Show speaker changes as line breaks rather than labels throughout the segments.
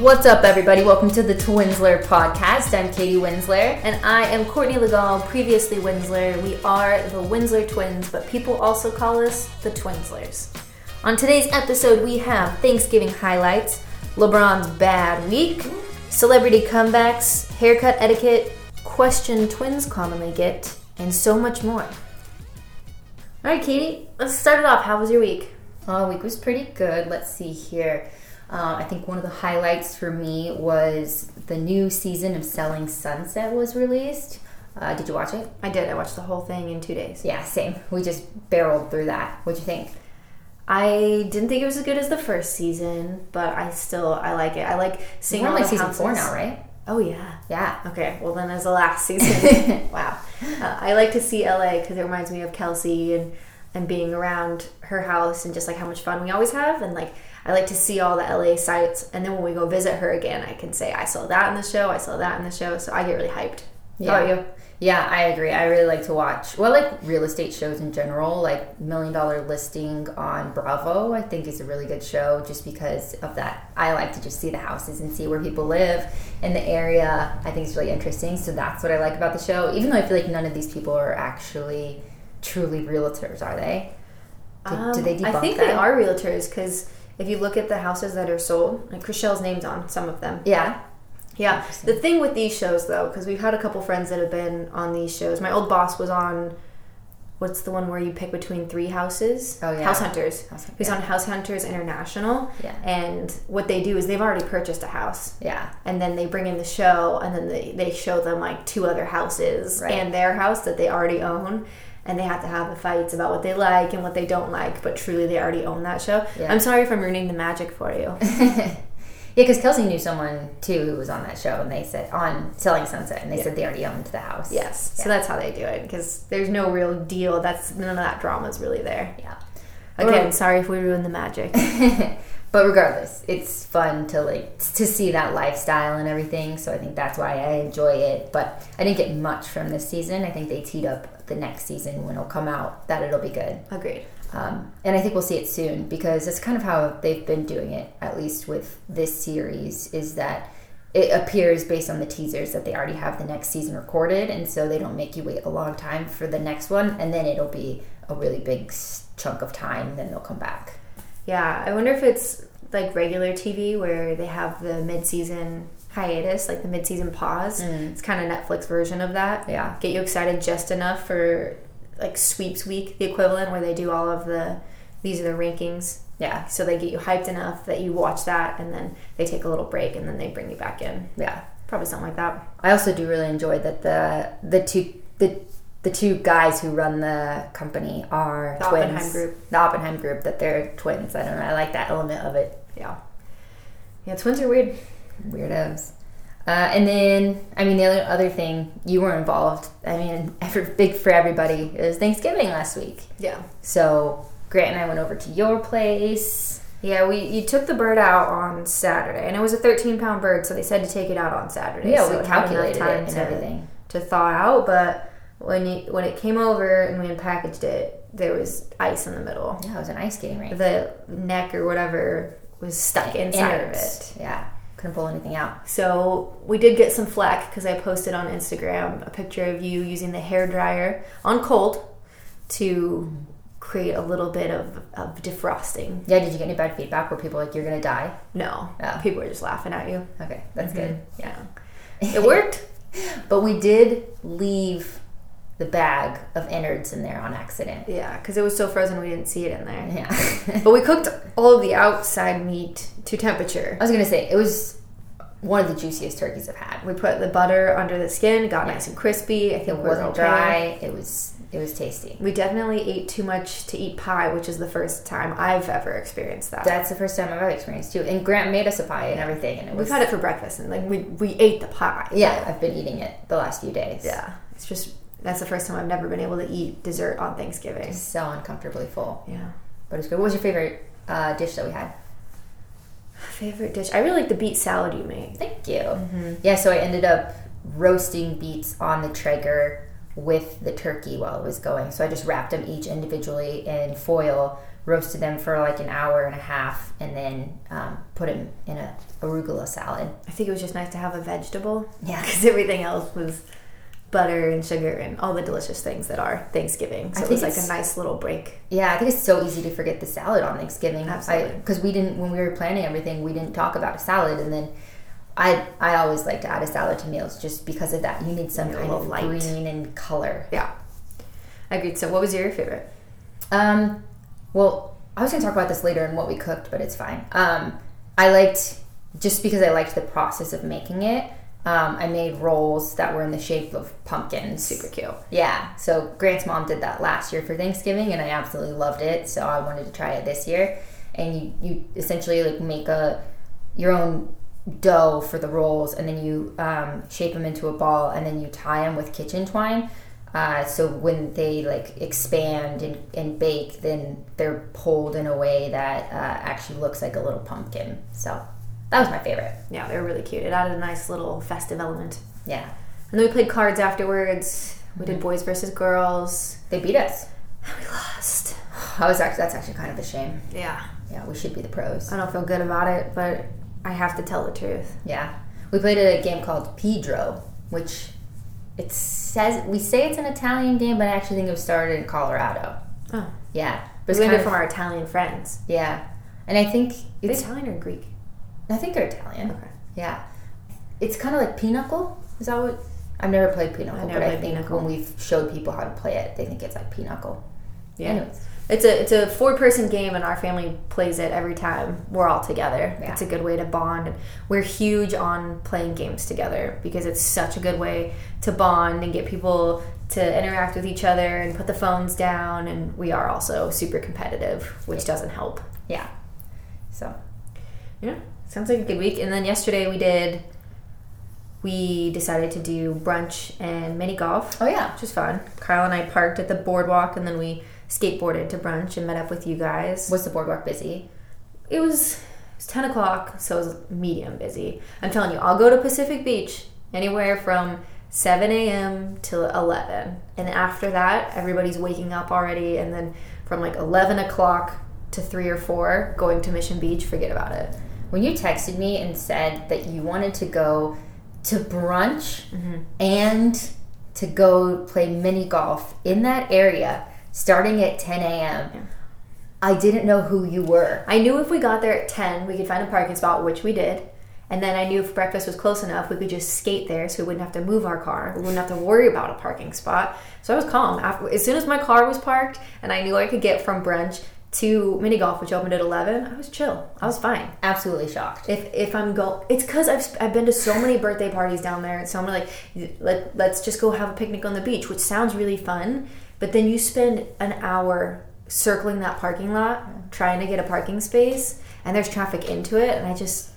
What's up, everybody? Welcome to the Twinsler podcast. I'm Katie Winsler, and I am Courtney Legal, previously Winsler. We are the Winsler twins, but people also call us the Twinslers. On today's episode, we have Thanksgiving highlights, LeBron's bad week, celebrity comebacks, haircut etiquette, question twins commonly get, and so much more. All right, Katie, let's start it off. How was your week? Oh, week was pretty good. Let's see here. Um, I think one of the highlights for me was the new season of Selling Sunset was released. Uh, did you watch it?
I did. I watched the whole thing in two days.
Yeah, same. We just barreled through that. What'd you think?
I didn't think it was as good as the first season, but I still I like it. I like seeing
We're on
all
like
the
season
houses.
four now, right?
Oh yeah.
Yeah.
Okay. Well, then as the last season. wow. Uh, I like to see LA because it reminds me of Kelsey and and being around her house and just like how much fun we always have and like I like to see all the LA sites and then when we go visit her again, I can say I saw that in the show, I saw that in the show, so I get really hyped. How about you?
Yeah, I agree. I really like to watch, well, I like real estate shows in general, like Million Dollar Listing on Bravo, I think is a really good show just because of that. I like to just see the houses and see where people live in the area. I think it's really interesting. So that's what I like about the show, even though I feel like none of these people are actually truly realtors, are they? Do, do they
Um,
debunk
I think
that?
they are realtors because if you look at the houses that are sold, like Chriselle's name's on some of them.
Yeah.
Yeah. The thing with these shows, though, because we've had a couple friends that have been on these shows. My old boss was on. What's the one where you pick between three houses?
Oh, yeah.
House Hunters.
House Hunt-
He's
yeah.
on House Hunters International.
Yeah.
And what they do is they've already purchased a house
Yeah.
and then they bring in the show and then they, they show them like two other houses
Right.
and their house that they already own and they have to have the fights about what they like and what they don't like but truly they already own that show
Yeah.
i'm sorry if i'm ruining the magic for you
Yeah, because Kelsey knew someone too who was on that show, and they said on Selling Sunset, and they said they already owned the house.
yes
Yeah.
so that's how they do it because there's no real deal that's none of that drama is really there
yeah.
again
Right.
sorry if we ruin the magic
but regardless, it's fun to like to see that lifestyle and everything. So I think that's why I enjoy it. But I didn't get much from this season. I think they teed up the next season when it'll come out that it'll be good.
agreed
Um, and I think we'll see it soon because that's kind of how they've been doing it, at least with this series, is that it appears based on the teasers that they already have the next season recorded. And so they don't make you wait a long time for the next one. And then it'll be a really big s- chunk of time. Then they'll come back.
Yeah, I wonder if it's like regular TV where they have the mid-season hiatus, like the mid-season pause. It's kind of Netflix version of that.
Yeah.
Get you excited just enough for like sweeps week, the equivalent where they do all of the these are the rankings.
Yeah.
So they get you hyped enough that you watch that and then they take a little break and then they bring you back in.
Yeah.
Probably something like that.
I also do really enjoy that the the two the the two guys who run the company are
The
twins.
Oppenheim group.
The Oppenheim group that they're twins. I don't know. I like that element of it.
Yeah. Yeah, twins are weird.
Weirdos. Uh, and then, I mean, the other, other thing you were involved. I mean, every, big for everybody. It was Thanksgiving last week,
Yeah.
so Grant and I went over to your place.
Yeah, we you took the bird out on Saturday, and it was a 13 pound bird, so they said to take it out on Saturday.
Yeah,
so
we
it had enough
calculated it
time
and
to-
everything.
to thaw out. But when you, when it came over and we unpackaged it, there was ice in the middle.
Yeah, it was an ice skating rink.
The neck or whatever was stuck inside of it.
Yeah, couldn't pull anything out.
So we did get some flack because I posted on Instagram a picture of you using the hair dryer on cold to create a little bit of, of defrosting.
Yeah, did you get any bad feedback? Were people like, "You're gonna die"?
No,
Yeah.
people were just laughing at you.
Okay, that's
Mm-hmm.
good. Ah. Yeah.
It worked.
But we did leave the bag of innards in there on accident.
yeah, because it was so frozen, we didn't see it in there.
Yeah.
But we cooked all of the outside meat to temperature.
I was going to say, it was one of the juiciest turkeys I've had.
We put the butter under the skin, got nice and crispy. I
It
think we're
wasn't
okay.
dry. It was it was tasty.
We definitely ate too much to eat pie, which is the first time I've ever experienced that.
That's the first time I've ever experienced too. And Grant made us a pie and everything and it
We've
was
had it for breakfast and like we we ate the pie.
Yeah, I've been eating it the last few days.
Yeah. It's just that's the first time I've never been able to eat dessert on Thanksgiving.
So uncomfortably full.
Yeah.
But it was good. What was your favorite uh, dish that we had?
Favorite dish. I really like the beet salad you made. Mm-hmm.
Thank you. Yeah, so I ended up roasting beets on the Traeger with the turkey while it was going. So I just wrapped them each individually in foil, roasted them for like an hour and a half, and then um, put them in a arugula salad.
I think it was just nice to have a vegetable.
Yeah.
Because everything else was butter and sugar and all the delicious things that are Thanksgiving. So
I
it was
think
like a
it's-
nice little break.
Yeah, I think it's so easy to forget the salad on Thanksgiving.
Absolutely.
Because we didn't, when we were planning everything, we didn't talk about a salad. And then I, I always like to add a salad to meals just because of that. You need some
Yeah, a
kind
little
of
light.
green and color.
Yeah. Agreed. So what was your favorite?
Um, well, I was going to talk about this later and what we cooked, but it's fine. Um, I liked just because I liked the process of making it. Um, I made rolls that were in the shape of pumpkins.
Super cute.
Yeah. So Grant's mom did that last year for Thanksgiving, and I absolutely loved it. So I wanted to try it this year. And you you essentially like make a your own dough for the rolls, and then you um, shape them into a ball, and then you tie them with kitchen twine. Uh, so when they like expand and, and bake, then they're pulled in a way that uh, actually looks like a little pumpkin. So that was my favorite.
Yeah, they were really cute. It added a nice little festive element.
Yeah,
And then we played cards afterwards. We
Mm-hmm.
did boys versus girls.
they beat us.
We lost.
I was actually that's actually kind of a shame.
Yeah.
Yeah, we should be the pros.
I don't feel good about it, but I have to tell the truth.
Yeah. We played a game called Pedro, which it says we say it's an Italian game, but I actually think it was started in Colorado.
Oh.
Yeah.
We
But it's
learned
kind
it
of,
from our Italian friends.
yeah. And I think
Is
it's
Italian or Greek?
I think they're Italian.
Okay.
Yeah. It's kind of like Pinochle. Is that what I've never played Pinochle,
I've never
but I
played
think
Pinochle.
when we've showed people how to play it, they think it's like Pinochle.
Yeah.
Anyways,
It's a it's a four person game and our family plays it every time we're all together.
Yeah.
It's a good way to bond. We're huge on playing games together because it's such a good way to bond and get people to interact with each other and put the phones down and we are also super competitive, which doesn't help.
yeah. So
Yeah. Sounds like a good week. And then yesterday we did we decided to do brunch and mini golf.
Oh yeah.
Which was fun. Kyle and I parked at the boardwalk and then we skateboarded to brunch and met up with you guys.
Was the boardwalk busy?
It was, it was 10 o'clock, so it was medium busy. I'm telling you, I'll go to Pacific Beach anywhere from 7 a.m. till 11. And after that, everybody's waking up already. And then from like 11 o'clock to 3 or 4, going to Mission Beach, forget about it.
when you texted me and said that you wanted to go to brunch and to go play mini golf in that area starting at 10 a.m. I didn't know who you were.
I knew if we got there at 10, we could find a parking spot, which we did. And then I knew if breakfast was close enough, we could just skate there so we wouldn't have to move our car. We wouldn't have to worry about a parking spot. So I was calm. After, as soon as my car was parked and I knew I could get from brunch to mini golf, which opened at 11, I was chill. I was fine.
Absolutely shocked.
If if I'm go, it's because I've sp- I've been to so many birthday parties down there. So I'm like, let let's just go have a picnic on the beach, which sounds really fun. But then you spend an hour circling that parking lot trying to get a parking space, and there's traffic into it, and I just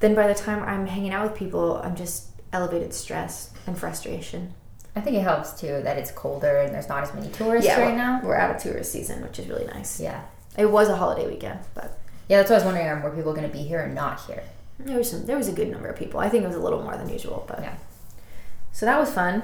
then by the time I'm hanging out with people, I'm just elevated stress and frustration.
I think it helps too that it's colder and there's not as many tourists right
we're,
now.
we're out of tourist season, which is really nice.
Yeah.
It was a holiday weekend, but
Yeah, that's what I was wondering. Are more people going to be here or not here?
there was some there was a good number of people. I think it was a little more than usual, but
Yeah.
So that was fun.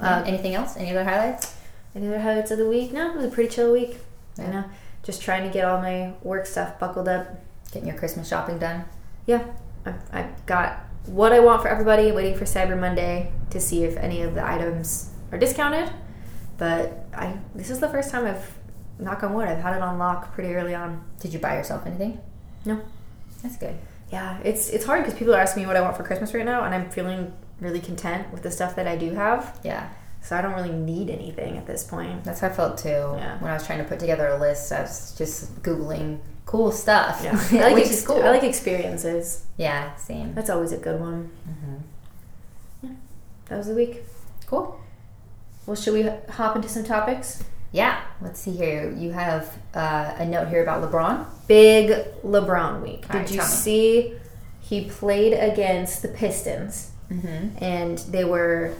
Uh,
Yeah. Anything else? Any other highlights?
Any other highlights of the week? No, it was a pretty chill week.
Yeah.
You know, just trying to get all my work stuff buckled up.
Getting your Christmas shopping done?
Yeah, I, I got what I want for everybody. Waiting for Cyber Monday to see if any of the items are discounted. But I this is the first time I've knock on wood I've had it on lock pretty early on.
Did you buy yourself anything?
No.
That's good.
Yeah, it's it's hard because people are asking me what I want for Christmas right now, and I'm feeling really content with the stuff that I do have.
Yeah.
So I don't really need anything at this point.
That's how I felt too.
Yeah.
When I was trying to put together a list, I was just googling cool stuff,
Yeah, I like
which
ex-
is cool.
I like experiences.
yeah, same. Mm-hmm.
That's always a good one. Yeah, that was the week.
Cool.
Well, should we hop into some topics?
Yeah. Let's see here. You have uh, a note here about LeBron.
Big LeBron week.
All right,
Did you
tell me.
see he played against the Pistons
Mm-hmm.
and they were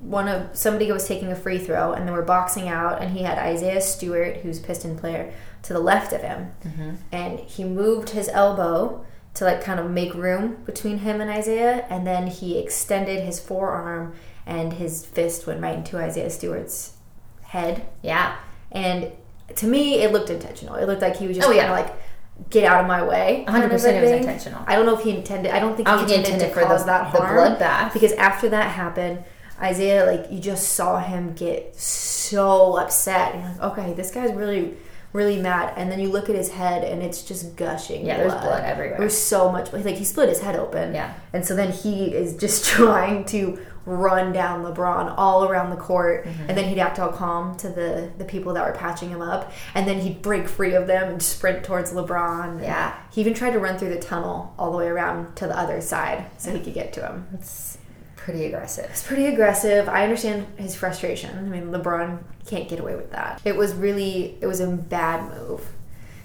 one of somebody was taking a free throw and they were boxing out and he had Isaiah Stewart, who's a Piston player, to the left of him.
Mm-hmm.
and he moved his elbow to like kind of make room between him and Isaiah, and then he extended his forearm and his fist went right into Isaiah Stewart's head.
Yeah.
And to me, it looked intentional. It looked like he was just
Oh, yeah.
kind of like, get out of my way. kind of
100%
a
it was
thing.
intentional.
I don't know if he intended. I don't think
I
he
don't think he
intended, to
intended for the-
cause that
the
harm.
bloodbath.
Because after that happened, Isaiah, like, you just saw him get so upset. And you're like, okay, this guy's really, really mad. And then you look at his head, and it's just gushing.
Yeah, there's blood everywhere.
There's so much. Like, he split his head open.
Yeah.
And so then he is just trying to run down LeBron all around the court. And then he'd act all calm to the, the people that were patching him up. And then he'd break free of them and sprint towards LeBron.
Yeah.
He even tried to run through the tunnel all the way around to the other side so he could get to him. It's
It's pretty aggressive.
pretty aggressive. I understand his frustration. I mean, LeBron can't get away with that. It was really, it was a bad move.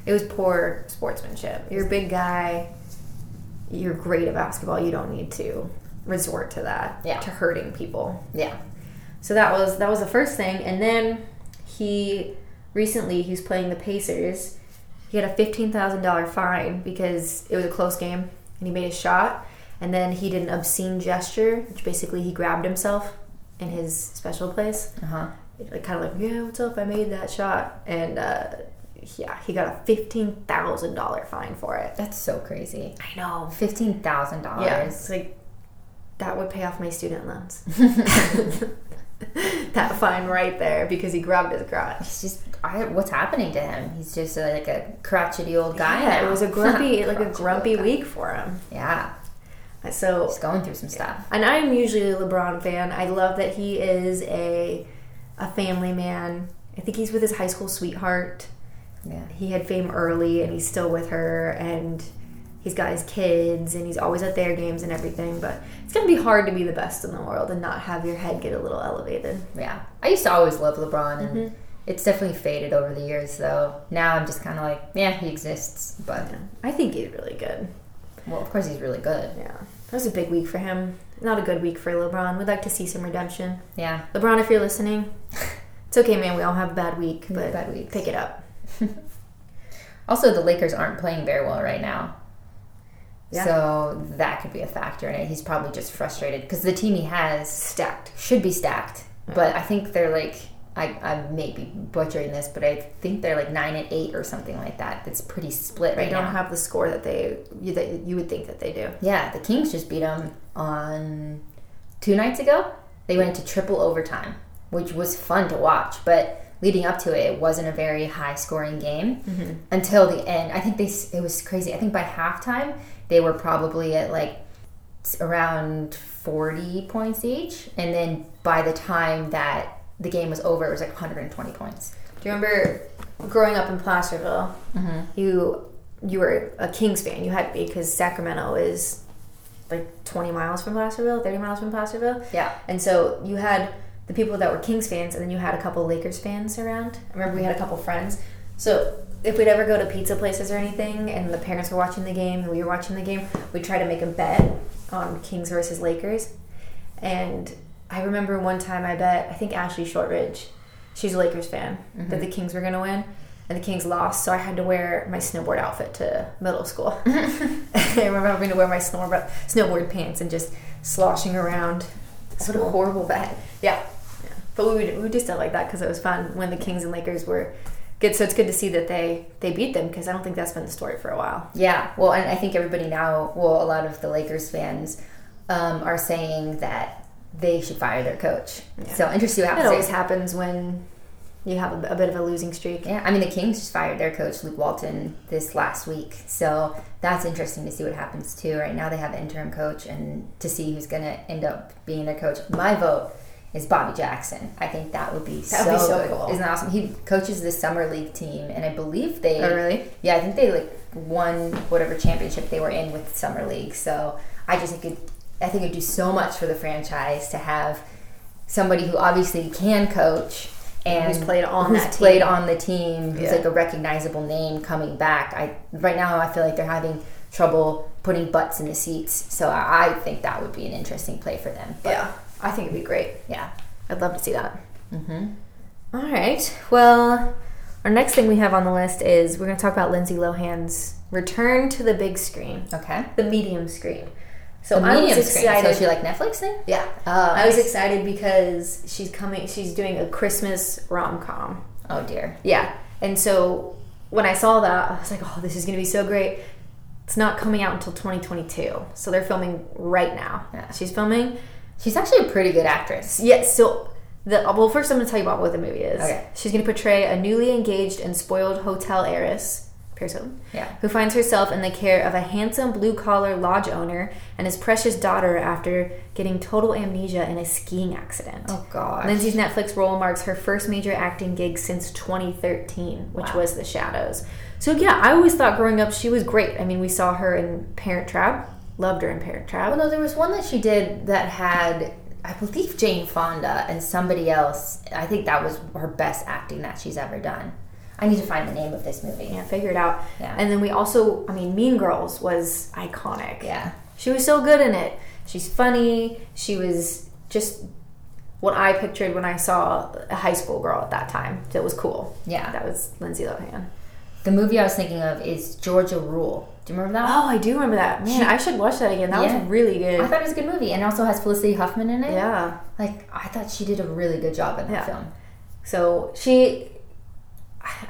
It was poor sportsmanship. You're a big guy. You're great at basketball. You don't need to resort to that.
Yeah.
To hurting people.
Yeah.
So that was that was the first thing, and then he recently he's playing the Pacers. He had a fifteen thousand dollar fine because it was a close game, and he made a shot, and then he did an obscene gesture, which basically he grabbed himself in his special place,
Uh huh.
like kind of like yeah, what's up? I made that shot, and uh, yeah, he got a fifteen thousand dollar fine for it.
That's so crazy.
I know.
Fifteen thousand
Yeah,
dollars.
it's like that would pay off my student loans. that fine right there because he grabbed his crotch.
He's just. I, what's happening to him? He's just uh, like a crotchety old guy.
Yeah,
now.
it was a grumpy, like a
Crotchety
grumpy
old guy.
week for him.
Yeah,
So,
he's going through some stuff.
and I am usually a LeBron fan. I love that he is a a family man. I think he's with his high school sweetheart.
Yeah,
He had fame early, and he's still with her, and he's got his kids, and he's always at their games and everything. But it's gonna be hard to be the best in the world and not have your head get a little elevated.
yeah. I used to always love LeBron, and
Mm-hmm.
it's definitely faded over the years. Though now I'm just kind of like, yeah, he exists, but
I think he's really good.
well, of course he's really good.
Yeah. That was a big week for him. Not a good week for LeBron. We'd like to see some redemption.
Yeah,
LeBron, if you're listening, it's okay, man. We all have a bad week,
We
but
have bad weeks.
pick it up.
Also, the Lakers aren't playing very well right now.
Yeah.
So that could be a factor in it. He's probably just frustrated because the team he has
Stacked.
should be stacked, but I think they're like I, I may be butchering this, but I think they're like nine and eight or something like that. That's pretty split
They
right
don't
now.
have the score that they you, that you would think that they do.
yeah, the Kings just beat them on two nights ago. They went to triple overtime, which was fun to watch, but. Leading up to it, it wasn't a very high scoring game until the end. I think they s- it was crazy. I think by halftime they were probably at like s- around 40 points each, and then by the time that the game was over, it was like 120 points.
Do you remember growing up in Placerville?
Mm-hmm.
You you were a Kings fan. You had to be because Sacramento is like 20 miles from Placerville, 30 miles from Placerville.
Yeah.
And so you had the people that were Kings fans, and then you had a couple Lakers fans around. I remember we had a couple friends. So if we'd ever go to pizza places or anything, and the parents were watching the game, and we were watching the game, we'd try to make a bet on Kings versus Lakers. And I remember one time I bet, I think Ashley Shortridge, she's a Lakers fan, that the Kings were going to win. And the Kings lost, so I had to wear my snowboard outfit to middle school. I remember having to wear my snowboard, snowboard pants and just sloshing around.
What a
school.
horrible bet.
Yeah. But we would, we would do stuff like that because it was fun when the Kings and Lakers were good. So it's good to see that they, they beat them because I don't think that's been the story for a while.
Yeah, well, and I think everybody now, well, a lot of the Lakers fans um, are saying that they should fire their coach. So interesting what
That
happens.
always happens when you have a, a bit of a losing streak.
yeah, I mean the Kings just fired their coach Luke Walton this last week, so that's interesting to see what happens too. Right now they have an interim coach, and to see who's going to end up being their coach. My vote is Bobby Jackson. I think that would be
That
so,
would be so
good.
cool.
Isn't that awesome? He coaches the summer league team, and I believe they.
Oh, really?
Yeah, I think they like won whatever championship they were in with summer league. So I just think it, I think it'd do so much for the franchise to have somebody who obviously can coach and
Who's played on
who's
that team.
played on the team, who's
Yeah.
like a recognizable name coming back. I right now I feel like they're having trouble putting butts in the seats. So I, I think that would be an interesting play for them. But
Yeah. I think it'd be great.
yeah.
I'd love to see that. Mm-hmm. right. Well, our next thing we have on the list is we're going to talk about Lindsay Lohan's return to the big screen.
Okay.
the medium screen. So
the
I was
medium screen. So
excited.
she like Netflix thing?
yeah,
Oh,
I was excited because she's coming. She's doing a Christmas rom com.
Oh dear.
Yeah, and so when I saw that, I was like, "Oh, this is going to be so great." It's not coming out until 2022, so they're filming right now.
Yeah.
She's filming.
She's actually a pretty good actress.
Yeah, so the well, first I'm going to tell you about what the movie is.
Okay.
She's going to portray a newly engaged and spoiled hotel heiress, Paris Hilton,
Yeah.
who finds herself in the care of a handsome blue collar lodge owner and his precious daughter after getting total amnesia in a skiing accident.
Oh god.
Lindsay's Netflix role marks her first major acting gig since 2013, which
Wow.
was The Shadows. So yeah, I always thought growing up she was great. I mean, we saw her in Parent Trap, loved her in Parent
Well,
Trap.
oh, no, there was one that she did that had, I believe, Jane Fonda and somebody else. I think that was her best acting that she's ever done. I need to find the name of this movie.
Yeah, figure it out.
Yeah.
And then we also, I mean, Mean Girls was iconic.
Yeah.
She was so good in it. She's funny. She was just what I pictured when I saw a high school girl at that time. That was cool.
Yeah.
That was Lindsay Lohan.
The movie I was thinking of is Georgia Rule. Do you remember that?
Oh, I do remember that. Man, I should watch that again. That
Yeah.
was really
I
good.
thought it was a good movie, and it also has Felicity Huffman in it.
Oh. Yeah.
Like I thought she did a really good job in that
Yeah.
film.
So she,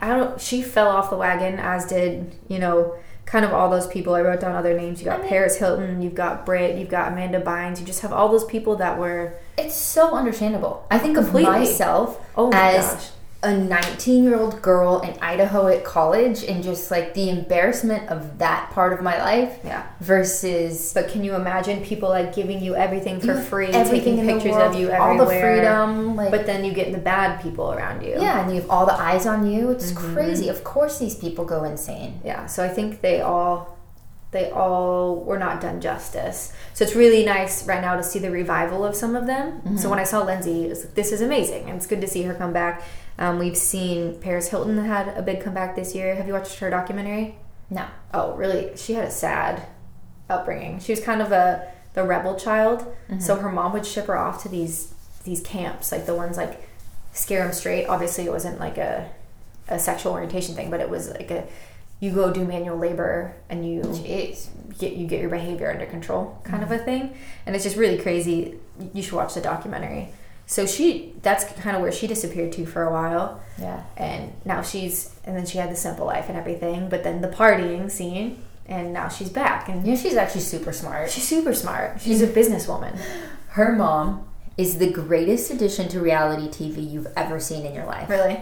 I don't. She fell off the wagon, as did you know, kind of all those people. I wrote down other names. You got
I mean-
Paris Hilton. You've got Britt. You've got Amanda Bynes. You just have all those people that were.
It's so understandable. I think
Completely.
of myself
Oh my
as
gosh.
a 19 year old girl in Idaho at college, and just like the embarrassment of that part of my life
Yeah.
versus
But can you imagine people like giving you everything for free,
everything
taking
in the
pictures
world,
of you everywhere,
all the freedom, like-
but then you get the bad people around you.
yeah, and you have all the eyes on you. It's
Mm-hmm.
crazy. Of course, these people go insane.
yeah so i think they all they all were not done justice so it's really nice right now to see the revival of some of them so when i saw lindsay it was like, this is amazing and it's good to see her come back um, we've seen paris hilton had a big comeback this year have you watched her documentary
No,
oh really she had a sad upbringing she was kind of a the rebel child so her mom would ship her off to these these camps like the ones like scare them straight obviously it wasn't like a a sexual orientation thing but it was like a you go do manual labor and you
jeez,
get you get your behavior under control kind of a thing and it's just really crazy you should watch the documentary so she that's kind of where she disappeared to for a while
yeah.
and now she's and then she had the simple life and everything but then the partying scene and now she's back and
You know, she's actually super smart.
she's super smart she's a businesswoman
Her mom is the greatest addition to reality TV you've ever seen in your life.
really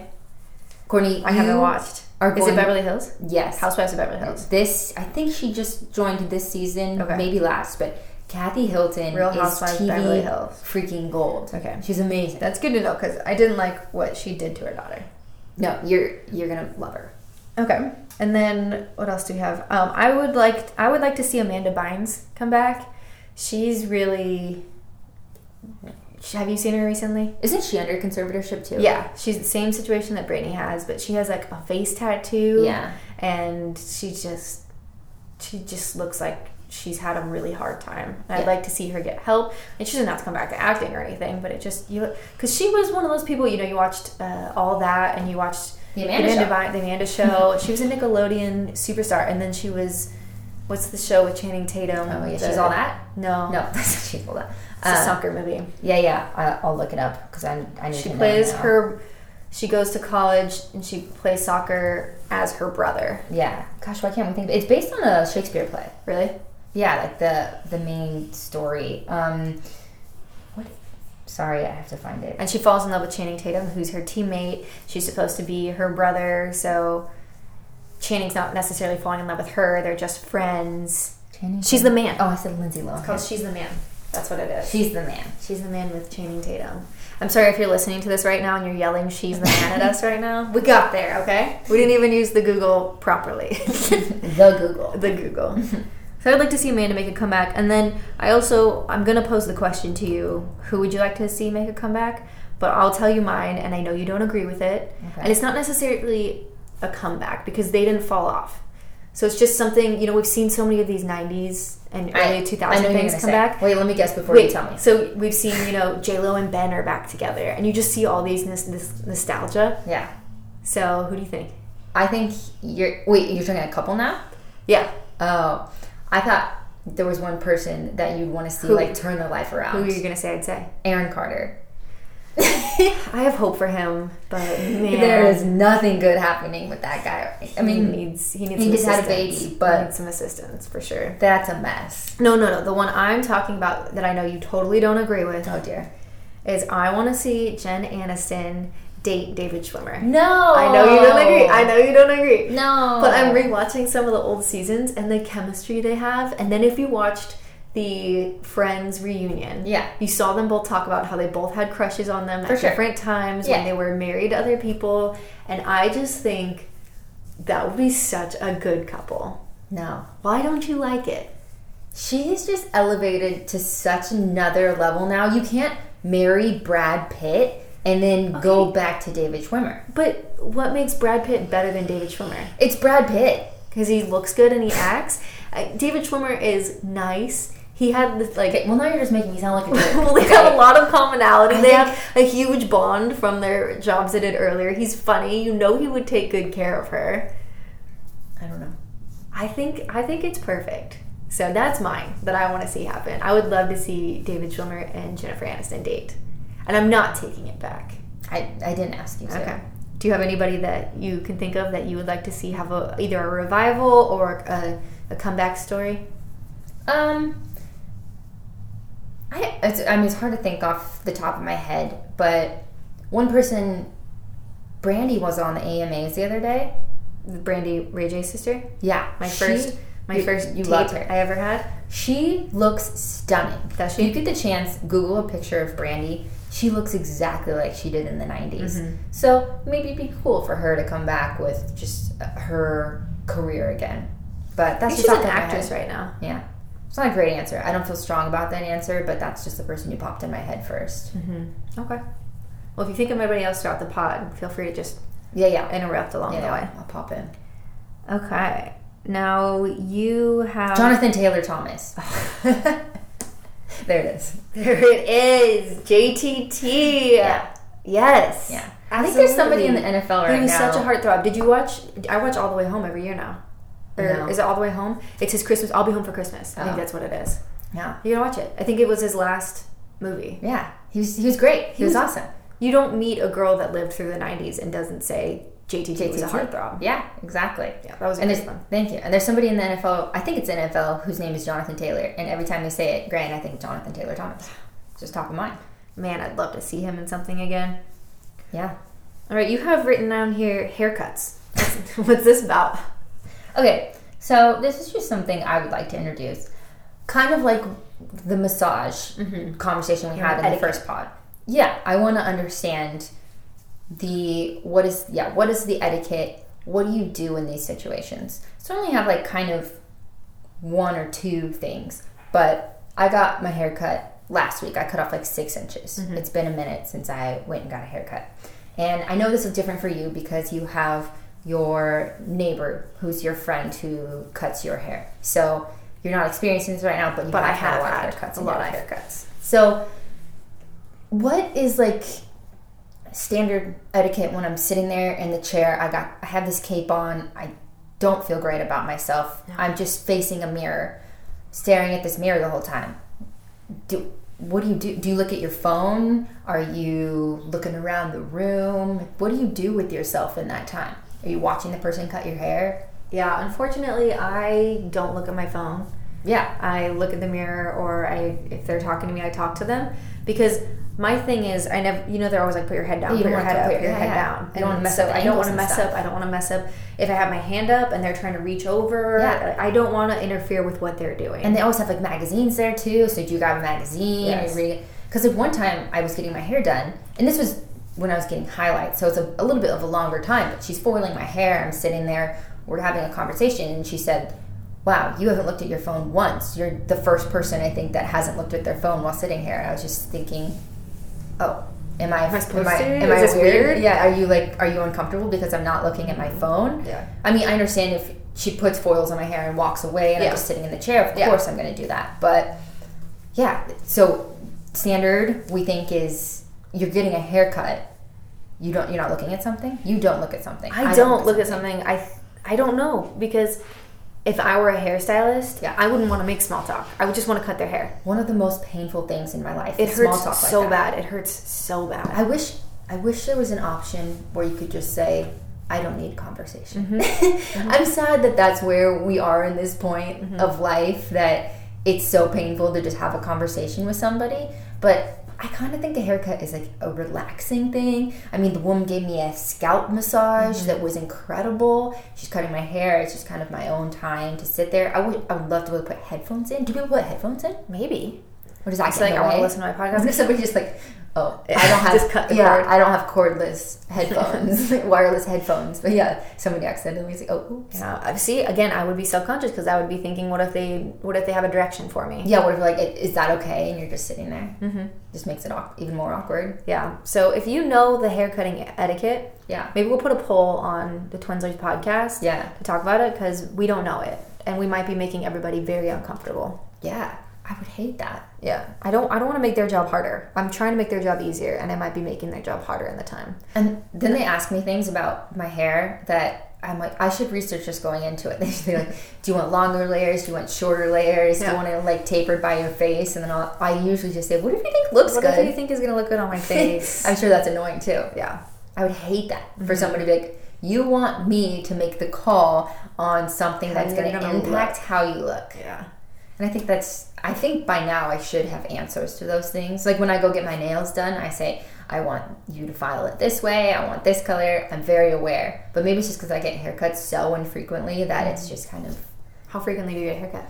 Courtney,
i haven't
you
watched
are
is
going-
it beverly hills
Yes.
housewives of beverly hills
This, I think she just joined this season,
Okay.
maybe last, but Kathy Hilton
Real
is
Housewives
TV
Beverly Hills.
freaking gold.
Okay.
She's amazing.
that's good to know because i didn't like what she did to her daughter
No, you're you're gonna love her.
Okay. And then what else do we have? Um, I would like I would like to see Amanda Bynes come back. She's really. She- Have you seen her recently?
Isn't she under conservatorship too?
Yeah, she's the same situation that Brittany has, but she has like a face tattoo.
Yeah.
and she just she just looks like she's had a really hard time. And I'd
Yeah.
like to see her get help. And she doesn't have to come back to acting or anything, but it just you because she was one of those people. You know, you watched uh, all that, and you watched
The Amanda Show.
Vi- the Amanda Show. she was a Nickelodeon superstar, and then she was what's the show with Channing Tatum?
Oh yeah,
The-
she's all that.
No,
No, she's all that.
it's a
Uh,
soccer movie.
yeah, yeah. I, I'll look it up because I I need
She
to know
plays
now.
her. She goes to college and she plays soccer as her brother.
Yeah. Gosh, why can't we think? It's based on a Shakespeare play.
Really?
Yeah, like the the main story. Um, what? Sorry, I have to find it.
and she falls in love with Channing Tatum, who's her teammate. She's supposed to be her brother, so Channing's not necessarily falling in love with her. They're just friends.
Channing
She's the man.
Oh, I said Lindsay Lohan.
Called she's the man. That's what it is.
She's the man.
She's the man with Channing Tatum. I'm sorry if you're listening to this right now and you're yelling "She's the man" at us right now. We got there, okay? We didn't even use the Google properly.
The Google.
the Google. So I'd like to see Amanda make a comeback, and then I also I'm gonna pose the question to you: Who would you like to see make a comeback? But I'll tell you mine, and I know you don't agree with it.
Okay.
And it's not necessarily a comeback because they didn't fall off. So it's just something you know we've seen so many of these '90s and early 2000
know you're
things
gonna
come
say.
back.
Wait, let me guess before you
Wait,
tell me.
so we've seen you know J Lo and Ben are back together, and you just see all these this, this nostalgia.
Yeah,
So who do you think?
I think you're. Wait, you're talking a couple now?
Yeah,
Oh, I thought there was one person that you'd want to see
Who?
like turn their life
Who
around.
are you gonna say? I'd say
Aaron Carter.
I have hope for him, but man,
There is nothing good happening with that guy. I
he
mean,
needs he needs
he
some
just had a
assistance.
baby, but-
He needs some assistance for sure.
that's a mess.
No, no, no. The one I'm talking about that I know you totally don't agree with
Oh dear.
is I want to see Jen Aniston date David Schwimmer.
No,
I know you don't agree. I know you don't agree.
No,
But I'm rewatching some of the old seasons and the chemistry they have. And then if you watched the Friends reunion,
Yeah.
you saw them both talk about how they both had crushes on them
For
at
sure.
different times
Yeah.
when they were married to other people. And I just think that would be such a good couple.
no.
Why don't you like it?
She's just elevated to such another level now. You can't marry Brad Pitt and then go back to David Schwimmer.
But what makes Brad Pitt better than David Schwimmer?
It's Brad Pitt.
Because he looks good and he acts. Uh, David Schwimmer is nice. He had this like
Okay, well now you're just making me sound like a jerk.
well, they have a lot of commonality. They
think-
have a huge bond from their jobs they did earlier. He's funny. You know he would take good care of her.
I don't know.
I think I think it's perfect. So that's mine that I want to see happen. I would love to see David Schwimmer and Jennifer Aniston date, and I'm not taking it back.
I, I didn't ask you. To.
Okay. Do you have anybody that you can think of that you would like to see have a, either a revival or a, a comeback story?
Um, I it's, I mean it's hard to think off the top of my head, but one person, Brandy was on the AMAs the other day.
Brandy Ray J's sister,
Yeah,
my
she-
first my
you-
first
you
tape
love her.
I ever had.
She looks stunning.
Does
If you get the chance, Google a picture of Brandy. She looks exactly like she did in the 90s.
Mm-hmm.
So maybe it'd be cool for her to come back with just uh, her career again. But
I
that's
think
just
she's
off
an
the top of my
actress
head.
right now.
Yeah. It's not a great answer. I don't feel strong about that answer, but that's just the person who popped in my head first.
Okay. Well, if you think of anybody else throughout the pod, feel free to just
Yeah, yeah.
interrupt along
Yeah,
the way.
yeah, I'll pop in.
Okay. Now you have
Jonathan Taylor Thomas. there it is.
There it is, JTT.
Yeah.
Yes.
Yeah. I think there's somebody in the
Absolutely.
NFL right
he was
now.
such a heartthrob. Did you watch? I watch All the Way Home every year now. Or
No.
is it All the Way Home? It's his Christmas. I'll be home for Christmas. I
Oh.
think that's what it is.
Yeah.
You can watch it. I think it was his last movie.
Yeah. He was, he was great. He, was
was-
awesome.
You don't meet a girl that lived through the '90s and doesn't say JTT, was a
JTT.
heartthrob.
Yeah, exactly.
Yeah, that was a
And
great
there's
one.
thank you. And there's somebody in the NFL. I think it's NFL whose name is Jonathan Taylor. And every time they say it, Grant, I think Jonathan Taylor Thomas. Just top of mind.
Man, I'd love to see him in something again.
Yeah.
All right, you have written down here haircuts. What's this about?
Okay. So this is just something I would like to introduce, kind of like the massage conversation we had in
etiquette.
the first pod. Yeah, I want to understand the what is yeah what is the etiquette? What do you do in these situations? So I only have like kind of one or two things, but I got my hair cut last week. I cut off like six inches.
Mm-hmm.
It's been a minute since I went and got a haircut. And I know this is different for you because you have your neighbor who's your friend who cuts your hair. So you're not experiencing this right now, but you
But I
have had
have
a lot
had
of haircuts.
a
in
lot
your
of
life.
haircuts.
So, what is like standard etiquette when I'm sitting there in the chair? I got, I have this cape on. I don't feel great about myself. I'm just facing a mirror, staring at this mirror the whole time. Do what do you do? Do you look at your phone? Are you looking around the room? What do you do with yourself in that time? Are you watching the person cut your hair?
Yeah, unfortunately, I don't look at my phone.
Yeah,
I look at the mirror, or I if they're talking to me, I talk to them because my thing is I never. You know, they're always like, put your head down,
You
put
don't
your
want to
head up,
put
put your
your-
head
yeah, yeah.
down.
You don't wanna mess
So
up the
I don't
angles
want to
and
mess
stuff.
up. I don't want to mess up. If I have my hand up and they're trying to reach over,
Yeah.
I don't want to interfere with what they're doing.
and they always have like magazines there too. So do you grab a magazine
Yes.
and read it? Because like one time I was getting my hair done, and this was when I was getting highlights, so it's a, a little bit of a longer time. But she's foiling my hair. I'm sitting there. We're having a conversation, and she said, "Wow, you haven't looked at your phone once. You're the first person I think that hasn't looked at their phone while sitting here." And I was just thinking, "Oh." Am I,
Am I supposed
am I,
to?
am
Is
I
this weird?
Yeah. Are you like, are you uncomfortable because I'm not looking at my phone?
Yeah.
I mean, I understand if she puts foils on my hair and walks away, and
Yeah.
I'm just sitting in the chair. Of
Yeah.
course, I'm going to do that. But yeah, so standard we think is you're getting a haircut. You don't. You're not looking at something. You don't look at something.
I, don't look at something. I I don't know because if I were a hairstylist,
Yeah.
I wouldn't want to make small talk. I would just want to cut their hair.
One of the most painful things in my life.
It
is small
hurts
talk like
so
that.
bad. It hurts so bad.
I wish I wish there was an option where you could just say I don't need conversation.
Mm-hmm.
I'm sad that that's where we are in this point
Mm-hmm.
of life that it's so painful to just have a conversation with somebody, but I kind of think a haircut is like a relaxing thing. I mean, the woman gave me a scalp massage
Mm-hmm.
that was incredible. She's cutting my hair. It's just kind of my own time to sit there. I would, I would love to be able to put headphones in. Do people put headphones in?
Maybe.
Or does that
It's
get
like
in
I
the
want
way?
to listen to my
I was
podcast.
gonna somebody just like, oh, I don't have
Just cut the
yeah,
cord.
I don't have cordless headphones, wireless headphones. But yeah, somebody accidentally was like, oh, oops.
Yeah. I- uh, See, again, I would be self conscious because I would be thinking, what if they, what if they have a direction for me?
yeah. What if like, i- is that okay? And you're just sitting there. Mm-hmm. Just makes it awk- even more awkward.
Yeah. So if you know the hair cutting e, etiquette,
Yeah,
maybe we'll put a poll on the Twinsler's podcast
yeah,
to talk about it because we don't know it, and we might be making everybody very uncomfortable.
yeah. I would hate that.
Yeah. I don't. I don't want to make their job harder. I'm trying to make their job easier, and I might be making their job harder in the time.
And then they ask me things about my hair that I'm like, I should research this going into it. They're like, do you want longer layers? Do you want shorter layers? Do
Yeah.
you want it like tapered by your face? And then I'll, I usually just say, what if you think looks
What do you
good?
think is gonna look good on my face?
I'm sure that's annoying too.
yeah.
I would hate that
Mm-hmm.
for somebody to be like, you want me to make the call on something that's
you're
going to
gonna
impact how you look.
Yeah.
And I think that's, I think by now I should have answers to those things. Like when I go get my nails done, I say, I want you to file it this way. I want this color. I'm very aware. But maybe it's just because I get haircuts so infrequently that
Mm-hmm.
it's just kind of,
How frequently do you get a haircut?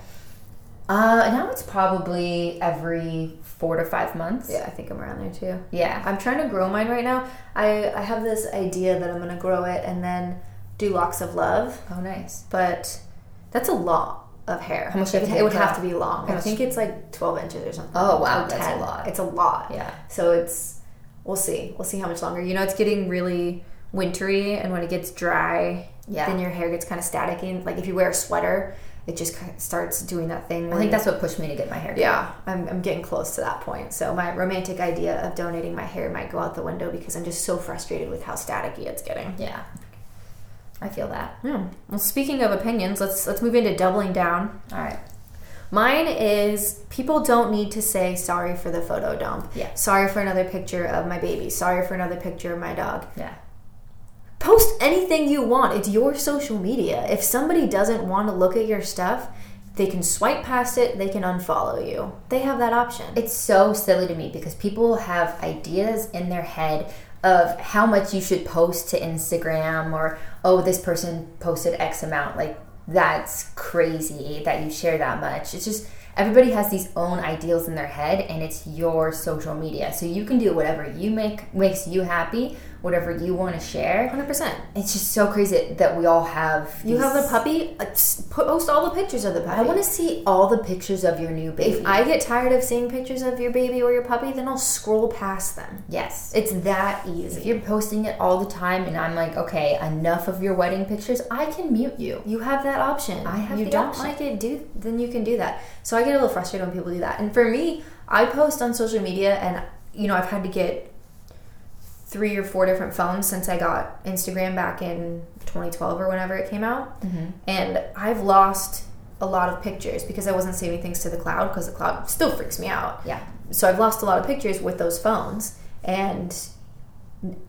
uh, now it's probably every four to five months.
Yeah, I think I'm around there too.
Yeah.
I'm trying to grow mine right now. I, I have this idea that I'm gonna grow it and then do locks of love,
Oh, nice.
but that's a lot of hair.
How much do you
it,
have to
it would
cut
have to be long. I
much-
think it's like 12 inches or something.
Oh, wow,
Or
that's a lot.
It's a lot.
Yeah.
So it's we'll see. We'll see how much longer. You know, it's getting really wintry, and when it gets dry,
Yeah.
then your hair gets kind of staticky. Like if you wear a sweater, it just kind of starts doing that thing.
I think that's what pushed me to get my hair.
Yeah, I'm, I'm getting close to that point. So my romantic idea of donating my hair might go out the window because I'm just so frustrated with how staticky it's getting.
Yeah. I feel that.
Hmm. Well, speaking of opinions, let's let's move into doubling down.
All right.
Mine is people don't need to say sorry for the photo dump.
Yeah.
Sorry for another picture of my baby. Sorry for another picture of my dog.
Yeah.
Post anything you want. It's your social media. If somebody doesn't want to look at your stuff, they can swipe past it. They can unfollow you. They have that option.
It's so silly to me because people have ideas in their head of how much you should post to Instagram or, oh, this person posted X amount. Like, that's crazy that you share that much. It's just everybody has these own ideals in their head and it's your social media. So you can do whatever you make makes you happy, whatever you want to share.
100%.
It's just so crazy that we all have
You have
these-
the puppy. uh, s- Post all the pictures of the puppy.
I want to see all the pictures of your new baby.
If I get tired of seeing pictures of your baby or your puppy, then I'll scroll past them.
yes.
It's that
If
easy.
you're posting it all the time and I'm like, okay, enough of your wedding pictures, I can mute you.
You have that option.
I have
You
the
don't
option.
like it, do then you can do that. So I get a little frustrated when people do that. And for me, I post on social media, and you know I've had to get three or four different phones since I got Instagram back in 2012 or whenever it came out.
Mm-hmm.
And I've lost a lot of pictures because I wasn't saving things to the cloud because the cloud still freaks me out.
Yeah.
so I've lost a lot of pictures with those phones and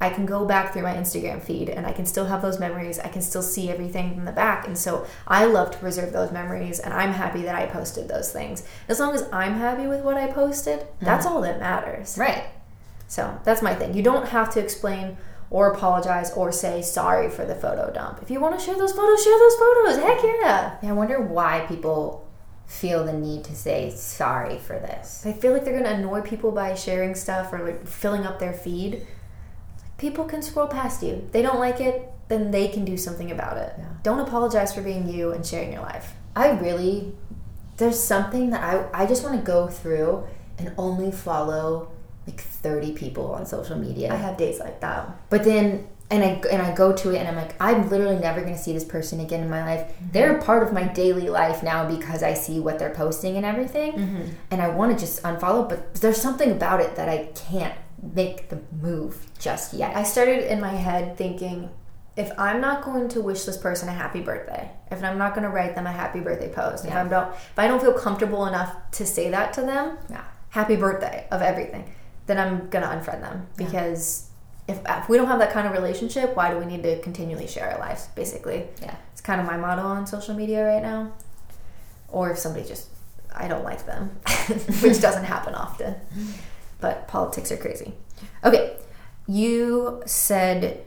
I can go back through my Instagram feed and I can still have those memories. I can still see everything in the back. And so I love to preserve those memories and I'm happy that I posted those things. As long as I'm happy with what I posted, that's all that matters.
Right.
So that's my thing. You don't have to explain or apologize or say sorry for the photo dump. If you want to share those photos, share those photos. Heck yeah.
Yeah, I wonder why people feel the need to say sorry for this.
I feel like they're gonna annoy people by sharing stuff or like filling up their feed. People can scroll past you. They don't like it, then they can do something about it.
Yeah.
Don't apologize for being you and sharing your life.
I really, there's something that I, I just want to go through and only follow like 30 people on social media.
I have days like that.
But then, and I and I go to it, and I'm like, I'm literally never going to see this person again in my life.
Mm-hmm.
They're a part of my daily life now because I see what they're posting and everything, and I want to just unfollow. But there's something about it that I can't make the move just yet.
I started in my head thinking, if I'm not going to wish this person a happy birthday, if I'm not going to write them a happy birthday post, if I don't, if I don't feel comfortable enough to say that to them,
Yeah.
happy birthday of everything, then I'm gonna unfriend them because if, if we don't have that kind of relationship, why do we need to continually share our lives? Basically,
Yeah.
it's kind of my motto on social media right now. Or if somebody just I don't like them, which doesn't happen often, but politics are crazy. Okay, you said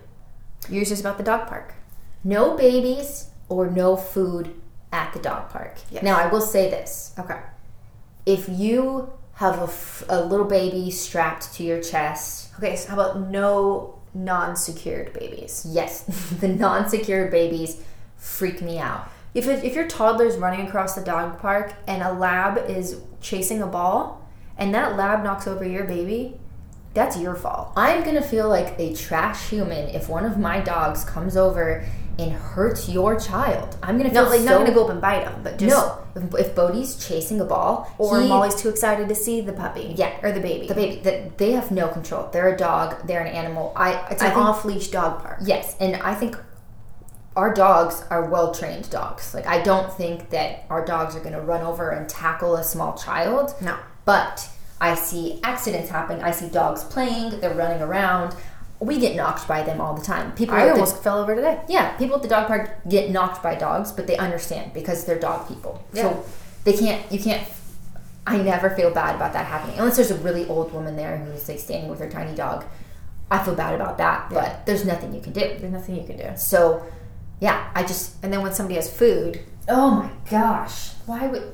yours is about the dog park.
No babies or no food at the dog park.
Yes.
Now, I will say this
Okay,
if you have a, f- a little baby strapped to your chest,
okay. So how about no non-secured babies?
yes, the non secured babies freak me out.
If, it, if your toddler's running across the dog park and a lab is chasing a ball and that lab knocks over your baby, that's your fault.
I'm gonna feel like a trash human if one of my dogs comes over and hurts your child. I'm gonna feel
Not like
so
not gonna go up and bite him, but just
no. If, if Bodhi's chasing a ball,
or
he-
Molly's too excited to see the puppy,
Yeah.
or the baby.
the baby, that they have no control. They're a dog. They're an animal. I
It's
I
an
think-
off leash dog park.
Yes, and I think our dogs are well trained dogs. Like I don't think that our dogs are going to run over and tackle a small child.
No.
But I see accidents happening. I see dogs playing, they're running around. We get knocked by them all the time. People at
I
the-
almost fell over today.
yeah, people at the dog park get knocked by dogs, but they understand because they're dog people.
Yeah.
So they can't you can't I never feel bad about that happening. Unless there's a really old woman there who's like standing with her tiny dog. I feel bad about that, but there's nothing you can do.
There's nothing you can do.
So, yeah, I just
And then when somebody has food,
oh my gosh, why would?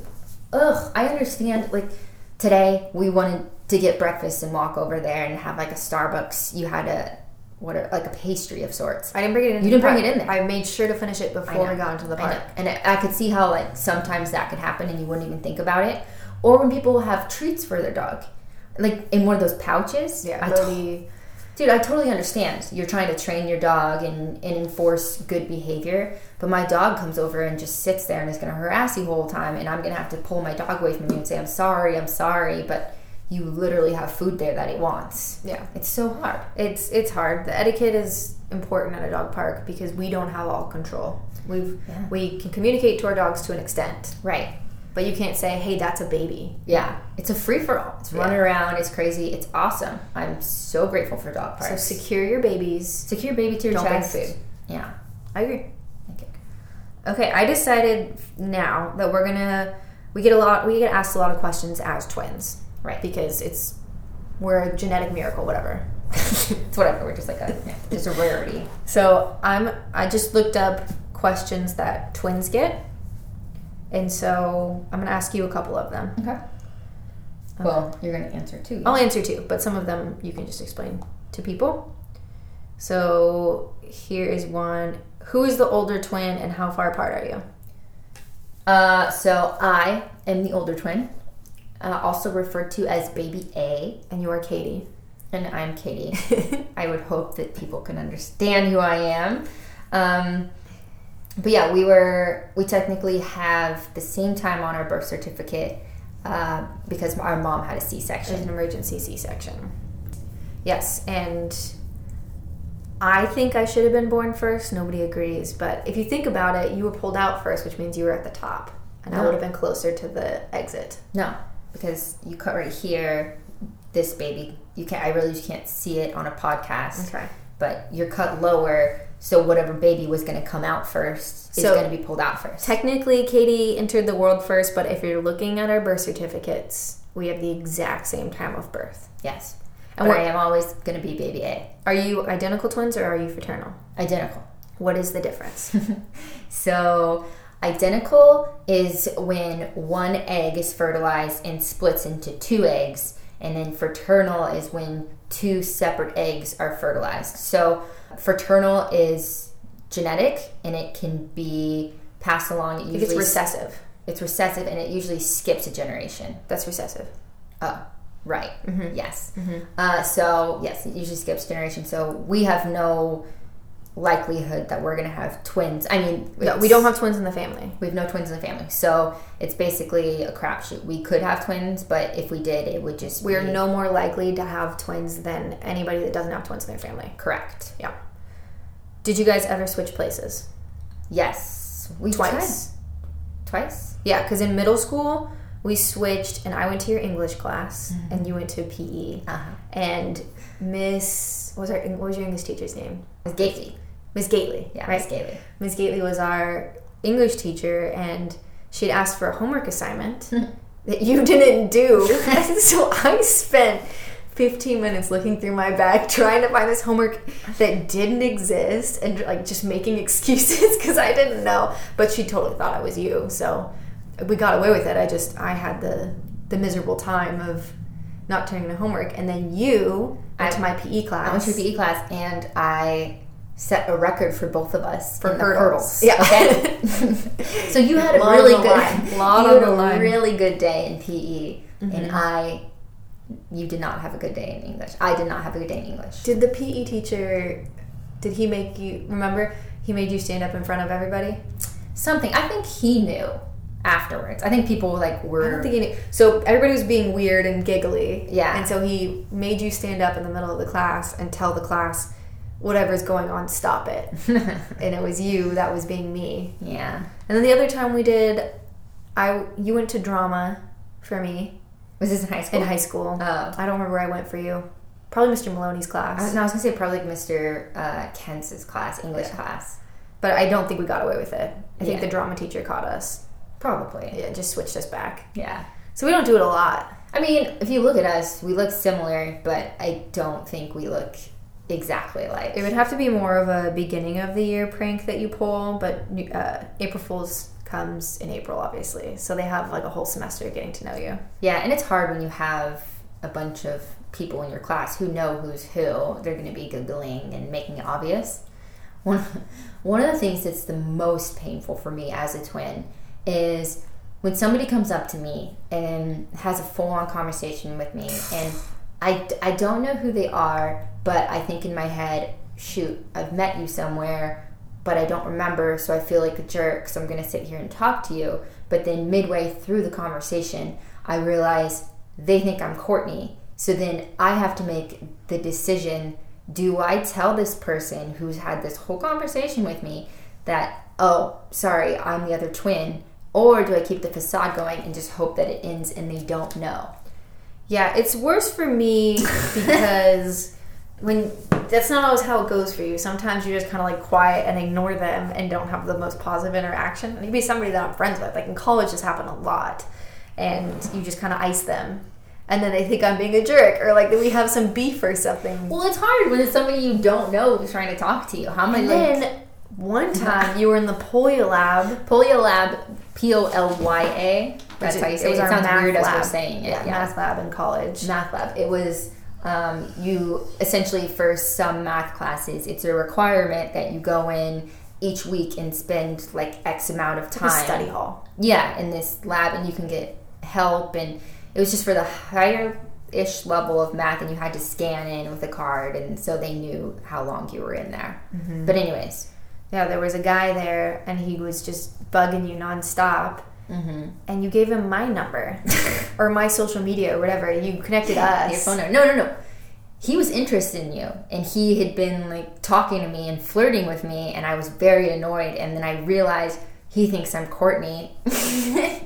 Ugh, I understand. Like today, we wanted to get breakfast and walk over there and have like a Starbucks. You had a what, are, like a pastry of sorts.
I didn't bring it in.
You didn't bring it in there.
I made sure to finish it before we
know.
got into the
I know.
park.
and I, I could see how like sometimes that could happen and you wouldn't even think about it. Or when people have treats for their dog, like in one of those pouches.
Yeah,
I
Bodhi-
Dude, I totally understand. You're trying to train your dog and, and enforce good behavior, but my dog comes over and just sits there and is going to harass you the whole time, and I'm going to have to pull my dog away from you and say, I'm sorry, I'm sorry, but you literally have food there that it wants.
yeah.
It's so hard.
It's it's hard. The etiquette is important at a dog park because we don't have all control. We've
Yeah.
we can communicate to our dogs to an extent,
Right.
but you can't say, "Hey, that's a baby."
Yeah. It's a free for all. It's running around, it's crazy, it's awesome. I'm so grateful for dog
So
parks.
secure your babies.
Secure baby to your
Don't bring
chest.
food.
Yeah.
I agree.
Okay.
Okay, I decided now that we're gonna we get a lot we get asked a lot of questions as twins,
Right.
Because it's we're a genetic miracle, whatever.
It's whatever. We're just like a, yeah, just a rarity.
So I'm I just looked up questions that twins get, and so I'm gonna ask you a couple of them.
Okay. Oh. Well, you're going to answer too.
I'll answer two, but some of them you can just explain to people. So here is one. Who is the older twin and how far apart are you?
Uh, so I am the older twin, uh, also referred to as Baby A,
And you are Katie.
and I'm Katie. I would hope that people can understand who I am. Um, but yeah, we were we technically have the same time on our birth certificate uh, because our mom had a
There's
C-section.
an emergency C section. Yes, and I think I should have been born first. Nobody agrees, but if you think about it, you were pulled out first, which means you were at the top. And I
No.
would have been closer to the exit.
No, because you cut right here. This baby, you can't. I really can't see it on a podcast.
Okay.
But you're cut lower, so whatever baby was going to come out first is
So-
going to be pulled out first.
Technically, Katie entered the world first, but if you're looking at our birth certificates, we have the exact same time of birth.
Yes.
And
And
we're-
I am always going to be baby A.
Are you identical twins or are you fraternal?
Identical.
What is the difference?
So, identical is when one egg is fertilized and splits into two eggs, and then fraternal is when two separate eggs are fertilized. So, fraternal is genetic and it can be passed along.
I
It
think it's
usually
recessive.
it's recessive and it usually skips a generation.
That's recessive.
Oh, right. Yes.
Mm-hmm.
Uh, so, yes, it usually skips generation. So, we have no likelihood that we're going to have twins. I mean,
No, we
it's-
don't have twins in the family.
we have no twins in the family. So, it's basically a crapshoot. We could have twins, but if we did, it would just
We are
be
no more likely to have twins than anybody that doesn't have twins in their family.
correct.
Yeah. Did you guys ever switch places?
Yes. We
Twice.
tried. Twice?
Yeah, because in middle school, we switched, and I went to your English class,
Mm-hmm.
and you went to PE.
Uh-huh.
And Miss, what was, our, what was your English teacher's name?
With Gately.
Miss Gately.
Yeah,
right?
Miss Gately.
Ms. Gately was our English teacher, and she'd asked for a homework assignment that you didn't do. and so I spent 15 minutes looking through my bag trying to find this homework that didn't exist and like just making excuses because I didn't know. But she totally thought I was you, so we got away with it. I just I had the the miserable time of not turning the homework, and then you
I-
went to my PE class.
I went to E a PE class and I set a record for both of us for in the
hurdles.
hurdles.
Yeah.
Okay. so you had a
Lot on
really
the
good
line. Lot
you
on
had
the
a
line. Mm-hmm.
really good day in PE and I you did not have a good day in English. I did not have a good day in English.
Did the PE teacher? Did he make you remember? He made you stand up in front of everybody.
Something I think he knew afterwards. I think people like were
I don't think he knew. So everybody was being weird and giggly.
Yeah.
And so he made you stand up in the middle of the class and tell the class, whatever's going on, stop it. and it was you that was being me.
yeah.
And then the other time we did, I you went to drama for me
Was this in high
in
school?
high school.
Oh.
I don't remember where I went for you. Probably Mr. Maloney's class.
I was, no, I was gonna say probably like Mr. Uh, Kenz's class, English class,
but I don't think we got away with it. I think
Yeah.
the drama teacher caught us.
probably.
Yeah, just switched us back.
Yeah.
So we don't do it a lot.
I mean, if you look at us, we look similar, but I don't think we look exactly alike.
It would have to be more of a beginning of the year prank that you pull, but uh, April Fool's comes in April, obviously. So they have like a whole semester getting to know you.
Yeah, and it's hard when you have a bunch of people in your class who know who's who. They're going to be googling and making it obvious. One one of the things that's the most painful for me as a twin is when somebody comes up to me and has a full on conversation with me, and I, I don't know who they are, but I think in my head, shoot, I've met you somewhere, but I don't remember, so I feel like a jerk, so I'm gonna sit here and talk to you. But then midway through the conversation, I realize they think I'm Courtney. So then I have to make the decision do I tell this person who's had this whole conversation with me that, oh, sorry, I'm the other twin, or do I keep the facade going and just hope that it ends and they don't know?
Yeah, it's worse for me because when that's not always how it goes for you. Sometimes you're just kind of like quiet and ignore them and don't have the most positive interaction. And it could be somebody that I'm friends with. Like in college, this happened a lot, and you just kind of ice them. And then they think I'm being a jerk, or like that we have some beef or something.
Well, it's hard when it's somebody you don't know who's trying to talk to you. How am I
And
like
then one time you were in the polio lab.
Polio Lab, P O L Y A. That's how you say it. It,
was our
sounds
math
weird as
lab.
we're saying it.
Yeah, math lab in college.
math lab. It was um, you essentially for some math classes, it's a requirement that you go in each week and spend like X amount of
The
time.
study hall.
Yeah, in this lab, and you can get help. And it was just for the higher ish level of math, and you had to scan in with a card, and so they knew how long you were in there. But anyways,
Yeah, there was a guy there, and he was just bugging you nonstop. Mm-hmm. And you gave him my number or my social media or whatever. You connected us.
your phone number. No, no, no. He was interested in you, and he had been like talking to me and flirting with me, and I was very annoyed. And then I realized he thinks I'm Courtney. and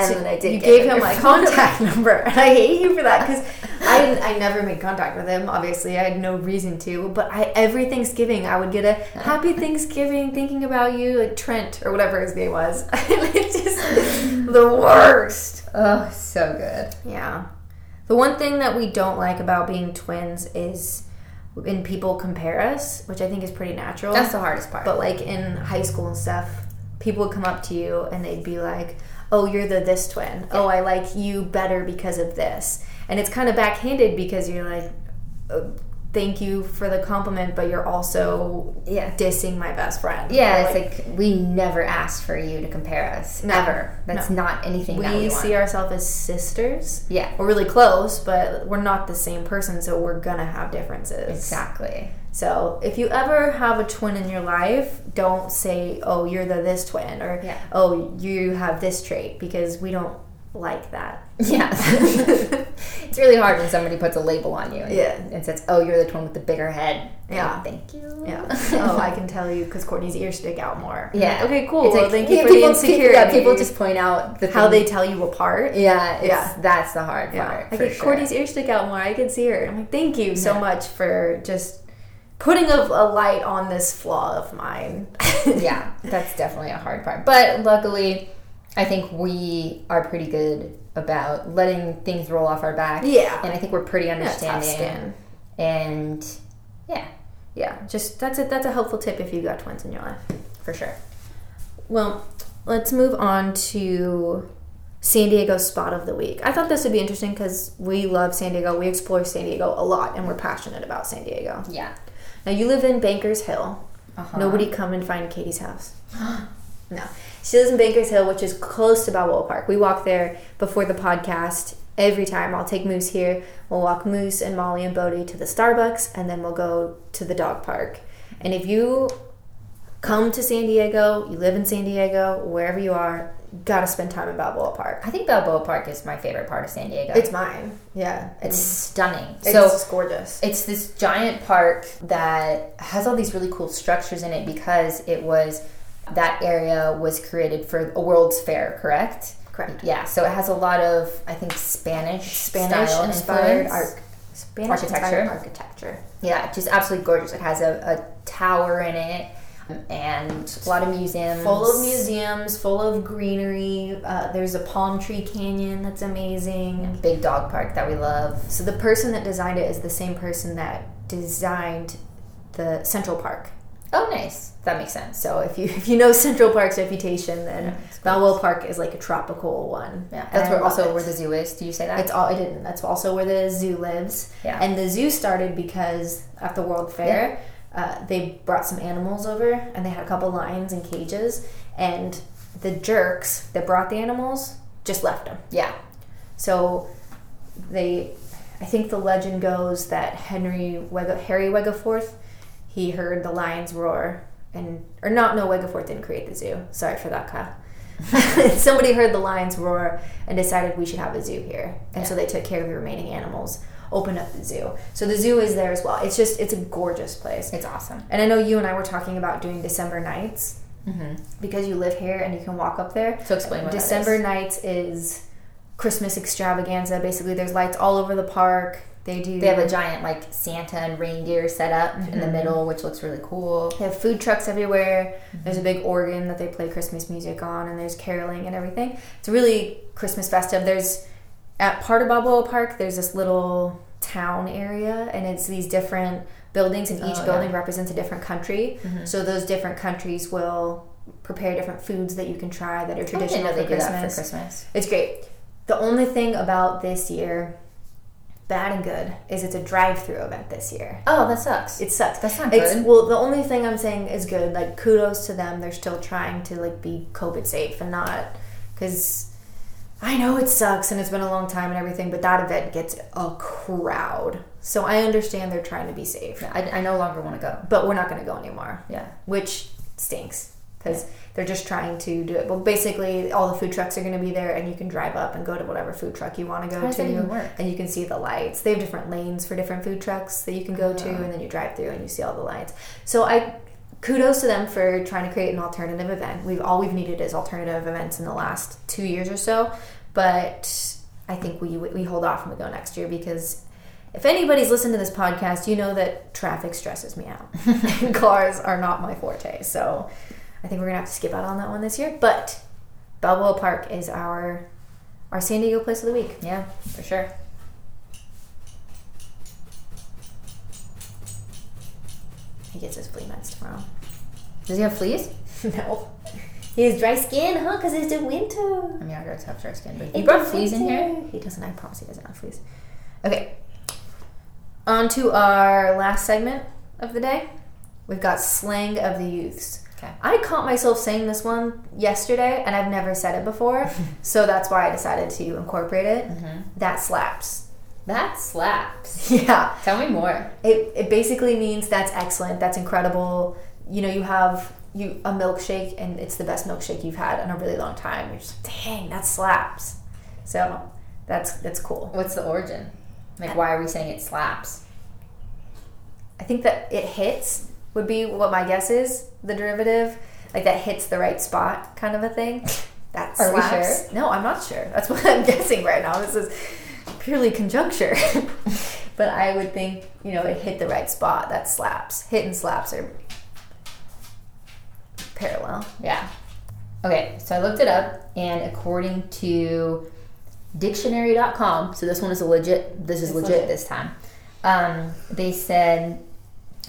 So
then I did.
You
get
gave
your
him my
phone number.
contact number, and I hate you for that because I I never made contact with him. Obviously, I had no reason to. But I every Thanksgiving I would get a Happy Thanksgiving, thinking about you, like Trent or whatever his name was. it's just the worst.
Oh, so good.
Yeah. The one thing that we don't like about being twins is when people compare us, which I think is pretty natural.
That's the hardest part.
But like in high school and stuff, people would come up to you and they'd be like, "Oh, you're the this twin. Oh, I like you better because of this." And it's kind of backhanded because you're like, "Oh, "Thank you for the compliment, but you're also
yeah.
dissing my best friend."
Yeah, it's like we never asked for you to compare us.
No.
ever. That's not anything that
we
we want.
see ourselves as sisters.
yeah,
We're really close, but we're not the same person, so we're gonna have differences.
exactly.
So if you ever have a twin in your life, don't say, "Oh, you're the this twin," or
Yeah.
"Oh, you have this trait," because we don't like that.
Yeah. it's really hard when somebody puts a label on you and,
Yeah.
and says, "Oh, you're the twin with the bigger head."
Yeah.
thank you.
Yeah. oh, I can tell you because Courtney's ears stick out more. I'm
Yeah.
like, okay, cool.
It's
well,
like,
thank you
yeah,
for
people-
the insecurity.
Yeah, people just point out the
how they
thing-
tell you apart.
Yeah, it's,
Yeah.
that's the hard
Yeah.
part.
Like
for
if
sure.
Courtney's ears stick out more, I can see her. I'm like, thank you so
Yeah.
much for just putting a, a light on this flaw of mine.
yeah, that's definitely a hard part. But luckily, I think we are pretty good about letting things roll off our back.
Yeah.
And I think we're pretty
Yeah, tough skin.
understanding. and yeah,
Yeah, just that's a that's a helpful tip if you've got twins in your life.
for sure.
Well, let's move on to San Diego spot of the week. I thought this would be interesting because we love San Diego. We explore San Diego a lot, and we're passionate about San Diego.
Yeah.
Now you live in Bankers Hill.
Uh-huh.
Nobody come and find Katie's house. no, she lives in Bankers Hill, which is close to Balboa Park. We walk there before the podcast every time. I'll take Moose here. We'll walk Moose and Molly and Bodie to the Starbucks, and then we'll go to the dog park. And if you come to San Diego, you live in San Diego, wherever you are, you gotta spend time in Balboa Park.
I think Balboa Park is my favorite part of San Diego.
It's mine. Yeah,
It's
it's
stunning.
so
so
it's gorgeous.
It's this giant park that has all these really cool structures in it because it was that area was created for a World's Fair, correct?
Correct.
Yeah, so it has a lot of I think Spanish
Spanish
style
inspired
influence.
arch- Spanish
Architecture.
inspired architecture.
Yeah, just absolutely gorgeous. It has a, a tower in it and a lot of museums.
full of museums, full of greenery. Uh, there's a palm tree canyon that's amazing.
Big dog park that we love.
So the person that designed it is the same person that designed the Central Park.
Oh, nice. That makes sense.
So if you if you know Central Park's reputation, then
Yeah, it's
Balboa Park is like a tropical one.
Yeah,
And
that's
I
where
love
also
it.
where the zoo is. Do you say that?
It's all I didn't. That's also where the zoo lives.
Yeah.
And the zoo started because at the World Fair, uh, they brought some animals over and they had a couple lions in cages, and the jerks that brought the animals just left them.
yeah.
So they, I think the legend goes that Henry Wega, Harry Wegaforth, he heard the lions roar and or not no Wegaforth didn't create the zoo. Sorry for that, Kyle. Somebody heard the lions roar and decided we should have a zoo here, and so they took care of the remaining animals, opened up the zoo. So the zoo is there as well. It's just it's a gorgeous place.
It's awesome.
And I know you and I were talking about doing December nights because you live here and you can walk up there.
Mm-hmm. So explain what that is.
December nights is Christmas extravaganza. Basically, there's lights all over the park. They do.
They have a giant like Santa and reindeer set up in the
Mm-hmm.
middle, which looks really cool.
They have food trucks everywhere.
Mm-hmm.
There's a big organ that they play Christmas music on, and there's caroling and everything. It's really Christmas festive. There's at part of Balboa Park. There's this little town area, and it's these different buildings, and each
Oh, yeah. Mm-hmm.
building represents a different country. So those different countries will prepare different foods that you can try that are
I didn't
traditional
know they
for
do that for
Christmas.
Christmas.
It's great. The only thing about this year, bad and good, is it's a drive-through event this year.
Oh, that sucks.
It sucks.
That's not
it's,
good.
Well, the only thing I'm saying is good. Like kudos to them. They're still trying to like be COVID safe and not because I know it sucks and it's been a long time and everything, but that event gets a crowd. So I understand they're trying to be safe,
I, I no longer want to go.
but we're not going to go anymore
Yeah.
which stinks because they're just trying to do it. Well, basically, all the food trucks are going to be there, and you can drive up and go to whatever food truck you want to go
How does
to,
that even work?
and you can see the lights. They have different lanes for different food trucks that you can go to, and then you drive through and you see all the lights. So I. Kudos to them for trying to create an alternative event. We've all we've needed is alternative events in the last two years or so, but I think we we hold off and we go next year because if anybody's listened to this podcast, you know that traffic stresses me out. and cars are not my forte. So I think we're gonna have to skip out on that one this year. But Balboa Park is our our San Diego place of the week.
Yeah, for sure.
He gets his flea meds tomorrow.
Does he have fleas?
no. He has dry skin, huh? Because it's the winter.
I mean, I gotta have dry skin, but
It's
you brought
the
fleas in here.
winter. He doesn't. I promise he doesn't have fleas. Okay. On to our last segment of the day. We've got slang of the youths.
Okay.
I caught myself saying this one yesterday, and I've never said it before, so that's why I decided to incorporate it. That slaps.
That slaps.
Yeah,
Tell me more.
it it basically means that's excellent, that's incredible. You know, you have you a milkshake, and it's the best milkshake you've had in a really long time. You're just like, dang, that slaps. So that's that's cool.
What's the origin? Like, why are we saying it slaps?
I think that it hits would be what my guess is. The derivative, like that hits the right spot, kind of a thing. That
Are we
slaps. No, I'm not sure. That's what I'm guessing right now. This is purely conjecture. but I would think you know it hit the right spot. That slaps. Hit and slaps are parallel.
Yeah. Okay, so I looked it up, and according to dictionary.com, so this one is a legit, this is
It's
legit,
legit.
this time, um, they said,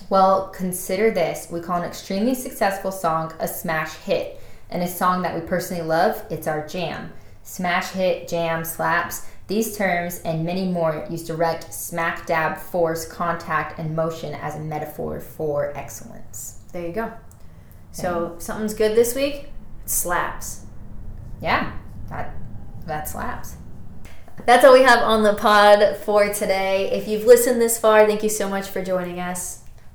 well, consider this. We call an extremely successful song a smash hit, and a song that we personally love, it's our jam. Smash hit, jam, slaps, these terms and many more use direct smack dab force, contact, and motion as a metaphor for excellence.
There you go. So if something's good this week. It slaps.
Yeah, that, that slaps.
That's all we have on the pod for today. If you've listened this far, thank you so much for joining us.